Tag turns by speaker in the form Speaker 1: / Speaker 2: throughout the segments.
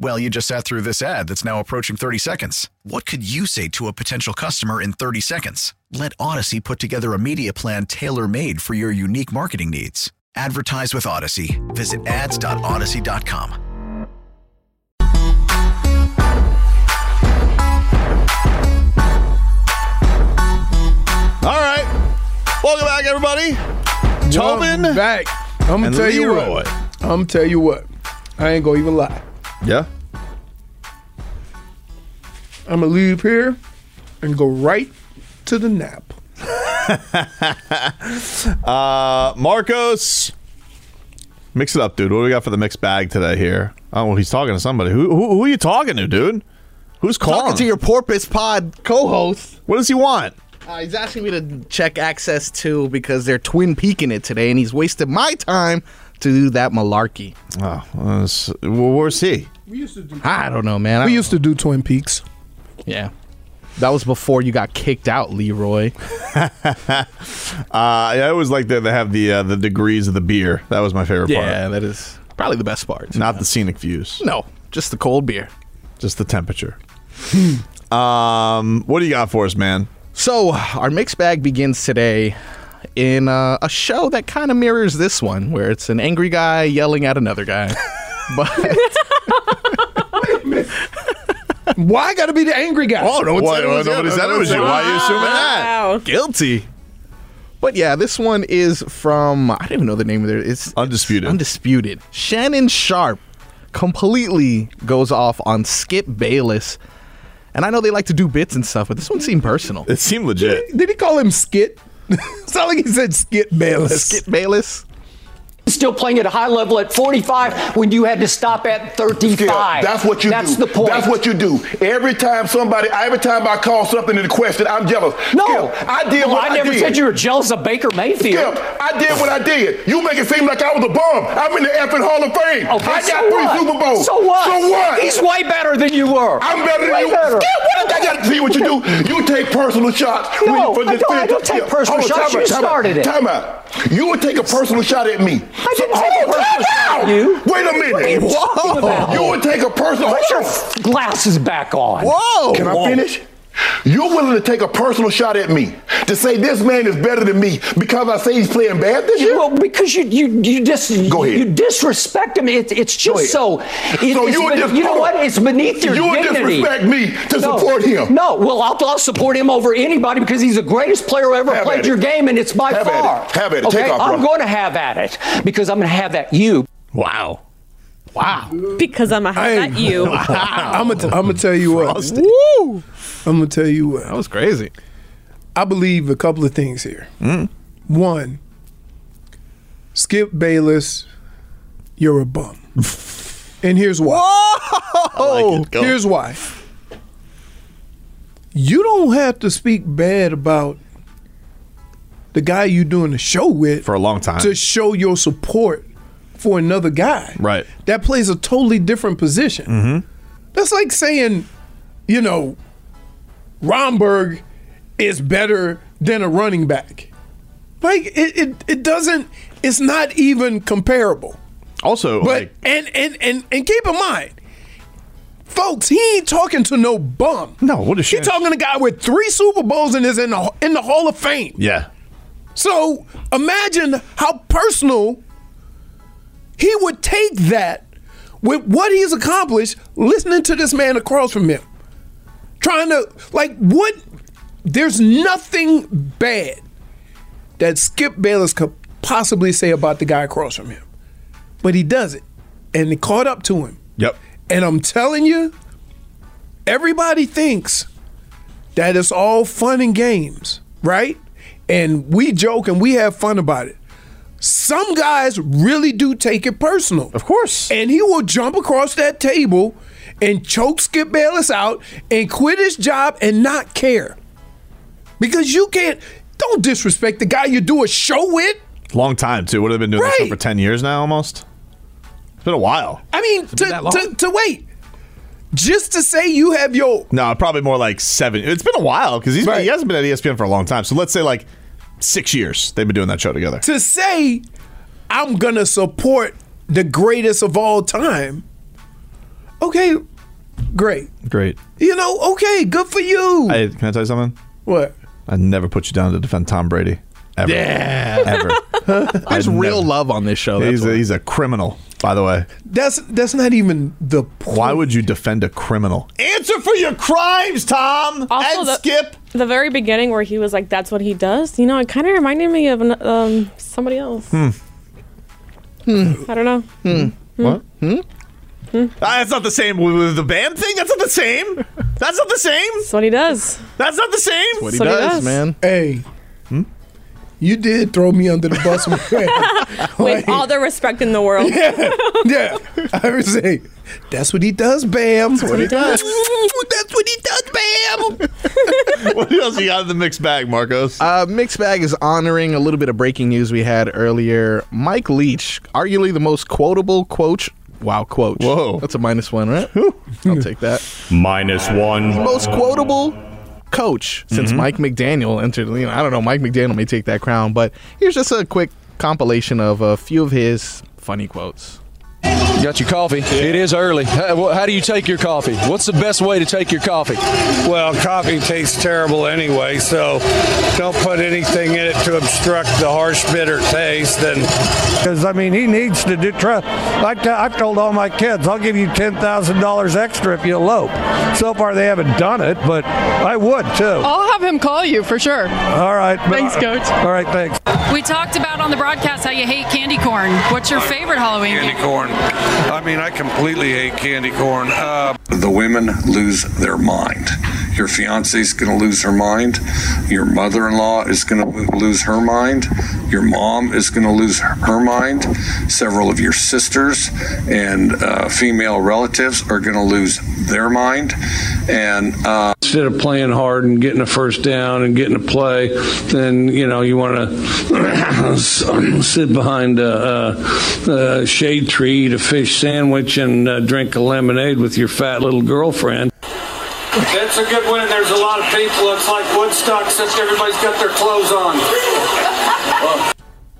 Speaker 1: Well, you just sat through this ad that's now approaching 30 seconds. What could you say to a potential customer in 30 seconds? Let Odyssey put together a media plan tailor made for your unique marketing needs. Advertise with Odyssey. Visit ads.odyssey.com.
Speaker 2: All right. Welcome back, everybody. Tobin.
Speaker 3: Well, back. I'm gonna
Speaker 2: and
Speaker 3: tell you
Speaker 2: Leroy.
Speaker 3: what. I'm gonna tell you what. I ain't gonna even lie.
Speaker 2: Yeah.
Speaker 3: I'm gonna leave here and go right to the nap.
Speaker 2: Uh, Marcos. Mix it up, dude. What do we got for the mixed bag today here? Oh, well, he's talking to somebody. Who, who, who are you talking to, dude? Who's calling?
Speaker 4: Talking to your Porpoise Pod co-host.
Speaker 2: what does he want?
Speaker 4: Uh, he's asking me to check access two because they're twin peaking it today, and he's wasted my time to do that malarkey.
Speaker 2: Oh, uh, s- well, where's he?
Speaker 3: We used to do.
Speaker 4: I don't know, man. I
Speaker 3: We
Speaker 4: don't
Speaker 3: used to do Twin Peaks.
Speaker 4: know. yeah. That was before you got kicked out, Leroy.
Speaker 2: Uh, yeah, I always like that they have the uh, the degrees of the beer. That was my favorite part.
Speaker 4: that is probably the best part.
Speaker 2: Not the scenic views,
Speaker 4: No, just the cold beer.
Speaker 2: just the temperature. um, what do you got for us, man?
Speaker 4: So, our mixed bag begins today in uh, a show that kind of mirrors this one, where it's an angry guy yelling at another guy. but
Speaker 3: Why I gotta be the angry guy?
Speaker 2: Oh no,
Speaker 4: said it was you.
Speaker 2: nobody said it was you. Why are you assuming that?
Speaker 4: guilty. But yeah, this one is from I don't even know the name of it. It's
Speaker 2: Undisputed.
Speaker 4: Undisputed. Shannon Sharp completely goes off on Skip Bayless. And I know they like to do bits and stuff, but this one seemed personal.
Speaker 2: It seemed legit.
Speaker 3: Did he call him Skit? it's not like he said Skit Bayless.
Speaker 4: Skip Bayless.
Speaker 5: still playing at a high level at 45 when you had to stop at 35.
Speaker 6: Yeah, that's what you
Speaker 5: That's
Speaker 6: do.
Speaker 5: the point.
Speaker 6: That's what you do. Every time somebody, every time I call something into question, I'm jealous.
Speaker 5: No,
Speaker 6: Skip, I did
Speaker 5: No,
Speaker 6: what I,
Speaker 5: I never
Speaker 6: did.
Speaker 5: said you were jealous of Baker Mayfield.
Speaker 6: Skip, I did what I did. You make it seem like I was a bum. I'm in the effing Hall of Fame.
Speaker 5: Okay,
Speaker 6: I got
Speaker 5: so
Speaker 6: three
Speaker 5: what?
Speaker 6: Super Bowls.
Speaker 5: So what?
Speaker 6: So what?
Speaker 5: He's way better than you were.
Speaker 6: I'm better than
Speaker 5: way
Speaker 6: you.
Speaker 5: Better.
Speaker 6: Skip, what I got to see what you do. You take personal shots.
Speaker 5: No,
Speaker 6: when you- for
Speaker 5: I
Speaker 6: the
Speaker 5: don't- I
Speaker 6: defense.
Speaker 5: don't take
Speaker 6: Yeah.
Speaker 5: personal
Speaker 6: Hold on, time
Speaker 5: shots. You
Speaker 6: out, time
Speaker 5: started
Speaker 6: out,
Speaker 5: it.
Speaker 6: Time out. You would take a personal shot at me.
Speaker 5: I didn't
Speaker 6: So-
Speaker 5: take a
Speaker 6: Hold on,
Speaker 5: personal
Speaker 6: time
Speaker 5: shot at
Speaker 6: out.
Speaker 5: you.
Speaker 6: Wait a
Speaker 5: What are
Speaker 6: minute.
Speaker 5: you talking about?
Speaker 6: You would take a personal.
Speaker 5: Put your f- glasses back on.
Speaker 4: Whoa!
Speaker 6: Can I finish? You're willing to take a personal shot at me to say this man is better than me because I say he's playing bad this year?
Speaker 5: Well, because you you you dis
Speaker 6: Go ahead.
Speaker 5: you disrespect him. It, it's just so.
Speaker 6: So
Speaker 5: it- it's
Speaker 6: you would
Speaker 5: been-
Speaker 6: dis-
Speaker 5: you know what? It's beneath your
Speaker 6: You would
Speaker 5: dignity.
Speaker 6: disrespect me to support him.
Speaker 5: No, well, I'll, I'll support him over anybody because he's the greatest player who ever
Speaker 6: Have at
Speaker 5: played
Speaker 6: it.
Speaker 5: your game, and it's by
Speaker 6: Have at
Speaker 5: far.
Speaker 6: it. Have at it.
Speaker 5: Okay,
Speaker 6: Take off,
Speaker 5: I'm
Speaker 6: bro.
Speaker 5: going to have at it because I'm going to have at you.
Speaker 2: Wow.
Speaker 7: Because I'm a
Speaker 3: Hey.
Speaker 7: at you.
Speaker 3: I'm gonna I'm gonna tell you what.
Speaker 4: Woo!
Speaker 3: I'm gonna tell you what.
Speaker 4: That was crazy.
Speaker 3: I believe a couple of things here. One, Skip Bayless, you're a bum. and here's why.
Speaker 2: Oh,
Speaker 3: Here's why. You don't have to speak bad about the guy you doing the show with
Speaker 2: for a long time.
Speaker 3: to show your support for another guy.
Speaker 2: Right. Mm-hmm.
Speaker 3: That plays a totally different position. That's like saying, you know, Romberg is better than a running back. Like it, it, it doesn't. It's not even comparable.
Speaker 2: also,
Speaker 3: But
Speaker 2: like,
Speaker 3: and, and and and keep in mind, folks, he ain't talking to no bum.
Speaker 2: No, what is
Speaker 3: he
Speaker 2: Shan-
Speaker 3: talking to? A guy with three Super Bowls and is in the in the Hall of Fame.
Speaker 2: yeah,
Speaker 3: So imagine how personal he would take that with what he's accomplished listening to this man across from him. Trying to, like, what? There's nothing bad that Skip Bayless could possibly say about the guy across from him. But he does it. And it caught up to him.
Speaker 2: yep.
Speaker 3: And I'm telling you, everybody thinks that it's all fun and games, right? And we joke and we have fun about it. Some guys really do take it personal. Of
Speaker 2: course.
Speaker 3: And he will jump across that table and choke Skip Bayless out and quit his job and not care. Because you can't, don't disrespect the guy you do a show with.
Speaker 2: Long time too. What have they been doing this show
Speaker 3: Right.
Speaker 2: for ten years now almost? It's been a while.
Speaker 3: I mean, to,
Speaker 2: that long?
Speaker 3: to, to wait, just to say you have your
Speaker 2: No, probably more like seven. It's been a while because been he hasn't been at E ESPN for a long time. So let's say like six years they've been doing that show together.
Speaker 3: to say I'm gonna support the greatest of all time. Okay, great.
Speaker 2: Great.
Speaker 3: You know, okay, good for you.
Speaker 2: I, can I tell you something?
Speaker 3: What?
Speaker 2: I never put you down to defend Tom Brady. Ever.
Speaker 4: Yeah.
Speaker 2: Ever.
Speaker 4: There's real
Speaker 2: love on this show.
Speaker 4: that's
Speaker 2: He's a, he's a criminal, by the way.
Speaker 3: That's that's not even the point.
Speaker 2: Why would you defend a criminal? Answer for your crimes, Tom.
Speaker 7: Also, the,
Speaker 2: Skip.
Speaker 7: The very beginning where he was like, "That's what he does." You know, it kind of reminded me of an- um, somebody else.
Speaker 2: Hmm.
Speaker 7: I don't know.
Speaker 3: Hmm?
Speaker 2: What? Ah, that's not the same with with the band thing. That's not the same. That's not the same. That's
Speaker 7: what he does.
Speaker 2: That's not the same.
Speaker 4: what he That's what he does, does. man.
Speaker 3: Hey. You did throw me under the bus.
Speaker 7: With all the respect in the world.
Speaker 3: yeah, yeah. I was saying, that's what he does, Bam. That's
Speaker 2: what he does.
Speaker 3: that's what he does, Bam.
Speaker 2: what else you got in the mixed bag, Marcos?
Speaker 4: Uh, mixed bag is honoring a little bit of breaking news we had earlier. Mike Leach, arguably the most quotable quote. Wow, quote. Whoa, that's a minus one, right? I'll take that.
Speaker 8: Minus one.
Speaker 4: The most quotable coach since
Speaker 8: Mhm.
Speaker 4: Mike McDaniel entered. You know, I don't know. Mike McDaniel may take that crown, but here's just a quick compilation of a few of his funny quotes.
Speaker 9: Got your coffee. It is early. How, wh- how do you take your coffee? What's the best way to take your coffee?
Speaker 10: Well, coffee tastes terrible anyway, so don't put anything in it to obstruct the harsh, bitter taste. And because I mean, he needs to do. Try, I t- I've told all my kids, I'll give you ten thousand dollars extra if you elope. So far, they haven't done it, but I would too.
Speaker 11: I'll have him call you for sure.
Speaker 10: All right.
Speaker 11: Thanks, Coach.
Speaker 10: All right, thanks.
Speaker 11: We talked about on the broadcast how you hate candy corn. What's your favorite Halloween
Speaker 12: Candy
Speaker 11: game?
Speaker 12: corn. I mean, I completely hate candy corn. Uh, the women lose their mind. Your fiance's going to lose her mind. Your mother in law is going to lose her mind. Your mom is going to lose her- her mind. Several of your sisters and uh, female relatives are going to lose their mind. And uh,
Speaker 10: Instead of playing hard and getting a first down and getting a play, then you know you want to sit behind a, a, a shade tree, eat a fish sandwich, and uh, drink a lemonade with your fat little girlfriend.
Speaker 13: That's a good win. There's a lot of people. It's like Woodstock since everybody's got their clothes on.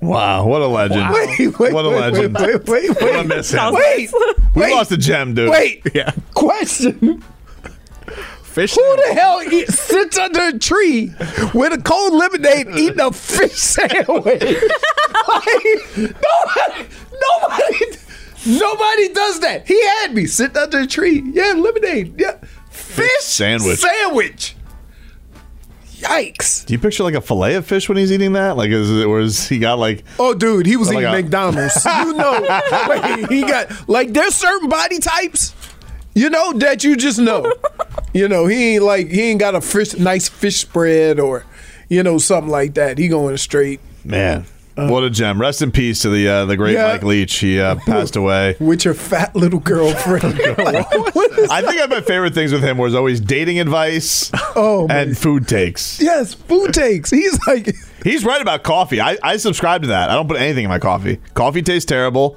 Speaker 2: Wow, what a legend.
Speaker 3: Wait, wait,
Speaker 2: what a
Speaker 3: wait,
Speaker 2: legend.
Speaker 3: wait, wait, wait,
Speaker 2: What a miss him.
Speaker 3: Wait,
Speaker 2: We
Speaker 3: wait.
Speaker 2: lost a gem, dude.
Speaker 3: Wait.
Speaker 2: Yeah.
Speaker 3: Question.
Speaker 4: Fish
Speaker 3: Who the hell eat, sits under a tree with a cold lemonade eating a fish sandwich? like, nobody, nobody, nobody does that. He had me sitting under a tree. Yeah, lemonade. Yeah, fish
Speaker 2: sandwich.
Speaker 3: Sandwich. Yikes.
Speaker 2: Do you picture like a fillet of fish when he's eating that? Like, is it, or is he got like?
Speaker 3: Oh, dude, he was
Speaker 2: like
Speaker 3: eating
Speaker 2: a-
Speaker 3: McDonald's. you know, Wait, he got like there's certain body types, you know, that you just know. You know, he ain't like he ain't got a fish, nice fish spread or, you know, something like that. He going straight.
Speaker 2: Man, what a gem! Rest in peace to the uh, the great
Speaker 3: Uh. Yeah.
Speaker 2: Mike Leach. He uh, passed away.
Speaker 3: With your fat little girlfriend.
Speaker 2: I think my favorite things with him was always dating advice
Speaker 3: oh,
Speaker 2: and food takes.
Speaker 3: yes, food takes. He's like,
Speaker 2: He's right about coffee. I, I subscribe to that. I don't put anything in my coffee. Coffee tastes terrible.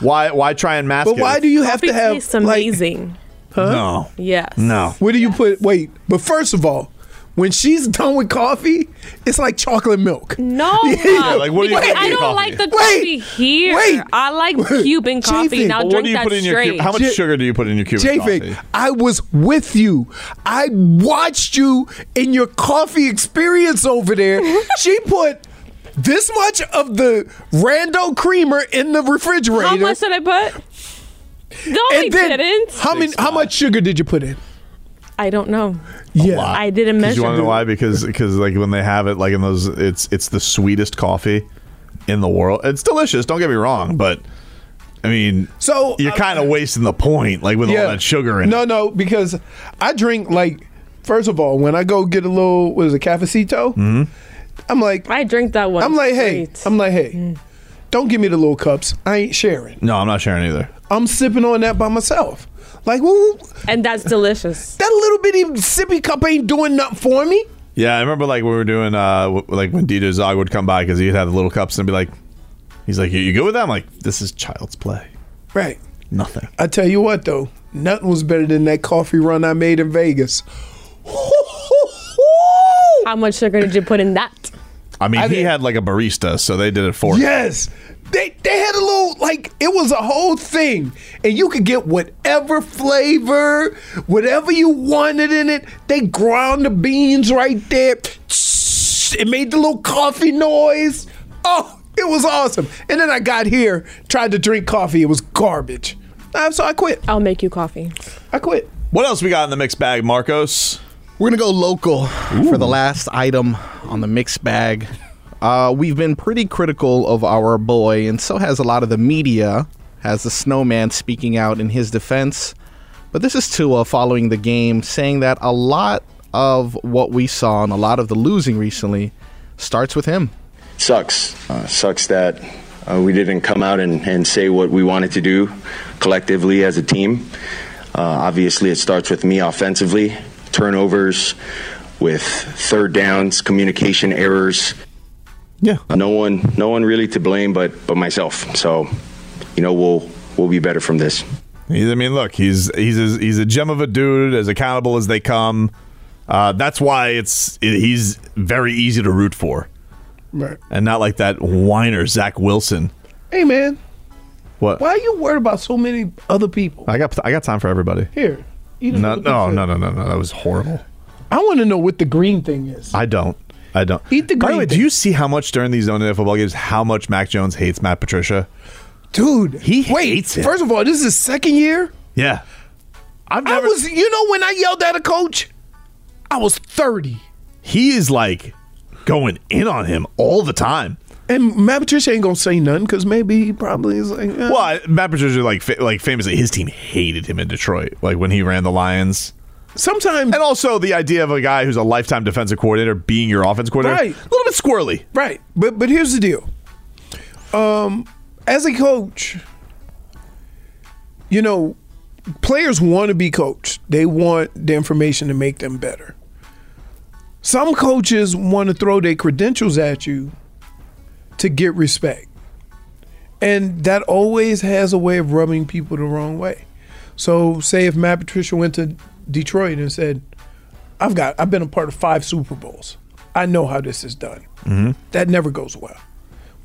Speaker 2: Why why try and mask
Speaker 3: but
Speaker 2: it?
Speaker 3: why do you have to
Speaker 7: Coffee
Speaker 3: have
Speaker 7: tastes amazing.
Speaker 2: No.
Speaker 7: Yes.
Speaker 2: No.
Speaker 3: Where do you put? Wait, but first of all, when she's done with coffee, it's like chocolate milk.
Speaker 7: No.
Speaker 3: Yeah, like, what do you
Speaker 7: Because
Speaker 3: put in
Speaker 7: I
Speaker 3: your
Speaker 7: don't
Speaker 3: coffee?
Speaker 7: like the coffee
Speaker 3: Wait,
Speaker 7: here.
Speaker 3: wait,
Speaker 7: I like
Speaker 3: wait,
Speaker 7: Cuban coffee.
Speaker 3: Chafin.
Speaker 7: Now
Speaker 3: But what
Speaker 7: drink
Speaker 2: What do you
Speaker 7: that
Speaker 2: put in your
Speaker 7: straight.
Speaker 2: Cuban? How much sugar do you put in your Cuban
Speaker 3: J-Fig,
Speaker 2: coffee?
Speaker 3: I was with you. I watched you in your coffee experience over there. she put this much of the rando creamer in the refrigerator.
Speaker 7: How much did I put? No, I
Speaker 3: and then
Speaker 7: didn't.
Speaker 3: how many? How much sugar did you put in?
Speaker 7: I don't know.
Speaker 3: Yeah.
Speaker 7: I didn't
Speaker 2: Because
Speaker 7: measure.
Speaker 2: you want to know why? Because because like when they have it like in those, it's it's the sweetest coffee in the world. It's delicious. Don't get me wrong, but I mean,
Speaker 3: so uh,
Speaker 2: you're kind of wasting the point, like with all that sugar in
Speaker 3: no,
Speaker 2: it.
Speaker 3: No, because I drink like first of all, when I go get a little what is it, cafecito,
Speaker 2: Mhm.
Speaker 3: I'm like
Speaker 7: I drink that one. Mm.
Speaker 3: I'm like, hey, I'm like, hey, don't give me the little cups. I ain't sharing.
Speaker 2: No, I'm not sharing either.
Speaker 3: I'm sipping on that by myself. Like, woo,
Speaker 7: and that's delicious.
Speaker 3: That little bitty sippy cup ain't doing nothing for me.
Speaker 2: Yeah, I remember like we were doing, uh w- like when DJ Zog would come by because he'd have the little cups and be like, he's like, "You- "You good with that?" I'm like, "This is child's play,
Speaker 3: Right.
Speaker 2: nothing."
Speaker 3: I tell you what though, nothing was better than that coffee run I made in Vegas.
Speaker 7: How much sugar did you put in that?
Speaker 2: I mean, he had like a barista, so they did it for him.
Speaker 3: Yes. They they had a little like it was a whole thing. And you could get whatever flavor, whatever you wanted in it. They ground the beans right there. It made the little coffee noise. Oh, it was awesome. And then I got here, tried to drink coffee. It was garbage. Uh, So I quit.
Speaker 7: I'll make you coffee.
Speaker 3: I quit.
Speaker 2: What else we got in the mixed bag, Marcos?
Speaker 4: We're gonna go local for the last item on the mixed bag. Uh, we've been pretty critical of our boy, and so has a lot of the media. Has the snowman speaking out in his defense, but this is Tua following the game, saying that a lot of what we saw and a lot of the losing recently starts with him.
Speaker 8: sucks. Uh, sucks that uh, we didn't come out and, and say what we wanted to do collectively as a team. Uh, obviously, it starts with me offensively, turnovers, with third downs, communication errors.
Speaker 2: Yeah.
Speaker 8: No one, no one really to blame but but myself. So, you know, we'll we'll be better from this.
Speaker 2: He's, I mean, look, he's he's a, he's a gem of a dude, as accountable as they come. Uh, that's why it's he's very easy to root for,
Speaker 3: Right.
Speaker 2: and not like that whiner Zach Wilson.
Speaker 3: Hey man,
Speaker 2: What?
Speaker 3: why are you worried about so many other people?
Speaker 2: I got I got time for everybody.
Speaker 3: Here. You didn't
Speaker 2: No,
Speaker 3: look at
Speaker 2: no,
Speaker 3: this.
Speaker 2: no, no, no, no. That was horrible.
Speaker 3: I want to know what the green thing is.
Speaker 2: I don't. I don't.
Speaker 3: Eat the
Speaker 2: By the
Speaker 3: green
Speaker 2: way, do you see how much during these zone NFL football games how much Mac Jones hates Matt Patricia?
Speaker 3: Dude,
Speaker 2: he hates it.
Speaker 3: First of all, this is his second year.
Speaker 2: yeah. I've
Speaker 3: I was, you know, when I yelled at a coach, I was 30.
Speaker 2: He is like going in on him all the time.
Speaker 3: And Matt Patricia ain't going to say nothing because maybe he probably is like, eh.
Speaker 2: Well, I- Matt Patricia like fa- like famously his team hated him in Detroit, like when he ran the Lions.
Speaker 3: Sometimes,
Speaker 2: and also the idea of a guy who's a lifetime defensive coordinator being your offense coordinator,
Speaker 3: Right.
Speaker 2: a little bit squirrely.
Speaker 3: Right. But but here's the deal. Um, as a coach, you know, players want to be coached. They want the information to make them better. Some coaches want to throw their credentials at you to get respect. And that always has a way of rubbing people the wrong way. So say if Matt Patricia went to Detroit and said, I've got I've been a part of five Super Bowls. I know how this is done.
Speaker 14: Mm-hmm.
Speaker 3: That never goes well.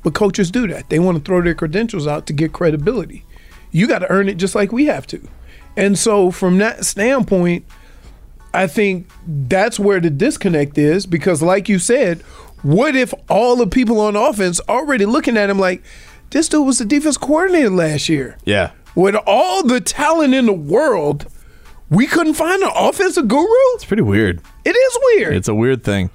Speaker 3: But coaches do that. They want to throw their credentials out to get credibility. You got to earn it just like we have to. And so, from that standpoint, I think that's where the disconnect is because, like you said, what if all the people on offense already looking at him like, this dude was the defense coordinator last year?
Speaker 2: Yeah.
Speaker 3: With all the talent in the world, we couldn't find an offensive guru?
Speaker 2: It's pretty weird.
Speaker 3: It is weird.
Speaker 2: It's a weird thing.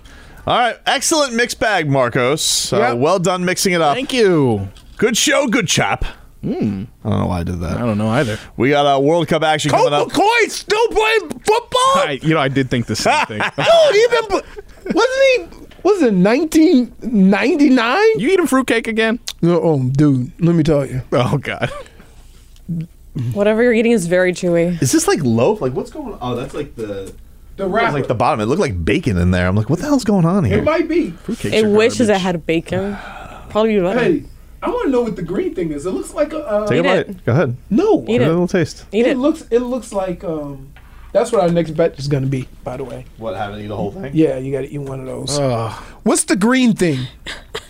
Speaker 2: All right, excellent mixed bag, Marcos. Uh, Well done mixing it up.
Speaker 4: Thank you.
Speaker 2: Good show, good chap.
Speaker 4: Mm.
Speaker 2: I don't know why I did that. I
Speaker 4: don't know either.
Speaker 2: We got a uh, World Cup action coming up.
Speaker 3: McCoy still playing football?
Speaker 4: I, you know, I did think the same thing.
Speaker 3: Dude, he been wasn't he? Was it 1999?
Speaker 4: You eating fruitcake again?
Speaker 3: No, oh, dude. Let me tell you.
Speaker 4: Oh God.
Speaker 7: Whatever you're eating is very chewy.
Speaker 2: Is this like loaf? Like what's going on? Oh, that's like the the wrap. Like the bottom. It looked like bacon in there. I'm like, what the hell's going on here?
Speaker 3: might be.
Speaker 2: Fruitcakes
Speaker 7: It
Speaker 2: are
Speaker 7: wishes it
Speaker 2: garbage.
Speaker 7: had bacon. Probably right.
Speaker 3: Hey, I want to know what the green thing is. It looks like a. Uh,
Speaker 2: Take a bite. Go ahead.
Speaker 3: No.
Speaker 2: Give it. a little taste.
Speaker 3: Eat it. looks. It looks like. Um, that's what our next bet is going to be. By the way.
Speaker 2: What happened? Eat the whole thing?
Speaker 3: Yeah, you got to eat one of those. What's the green thing? It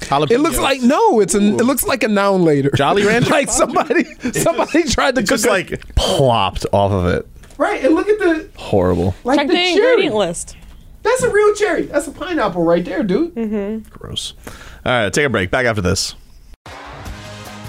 Speaker 3: looks
Speaker 2: Jalapenos.
Speaker 3: like no. It's an. It looks like a noun later.
Speaker 2: Jolly Rancher?
Speaker 3: like somebody. Somebody tried to cook.
Speaker 2: Just like plopped off of it.
Speaker 3: right. And look at the
Speaker 2: Horrible.
Speaker 3: like
Speaker 7: Check
Speaker 3: the,
Speaker 7: the
Speaker 3: cherry.
Speaker 7: ingredient list.
Speaker 3: That's a real cherry. That's a pineapple right there, dude.
Speaker 7: Mm-hmm.
Speaker 2: Gross. All right, take a break. Back after this.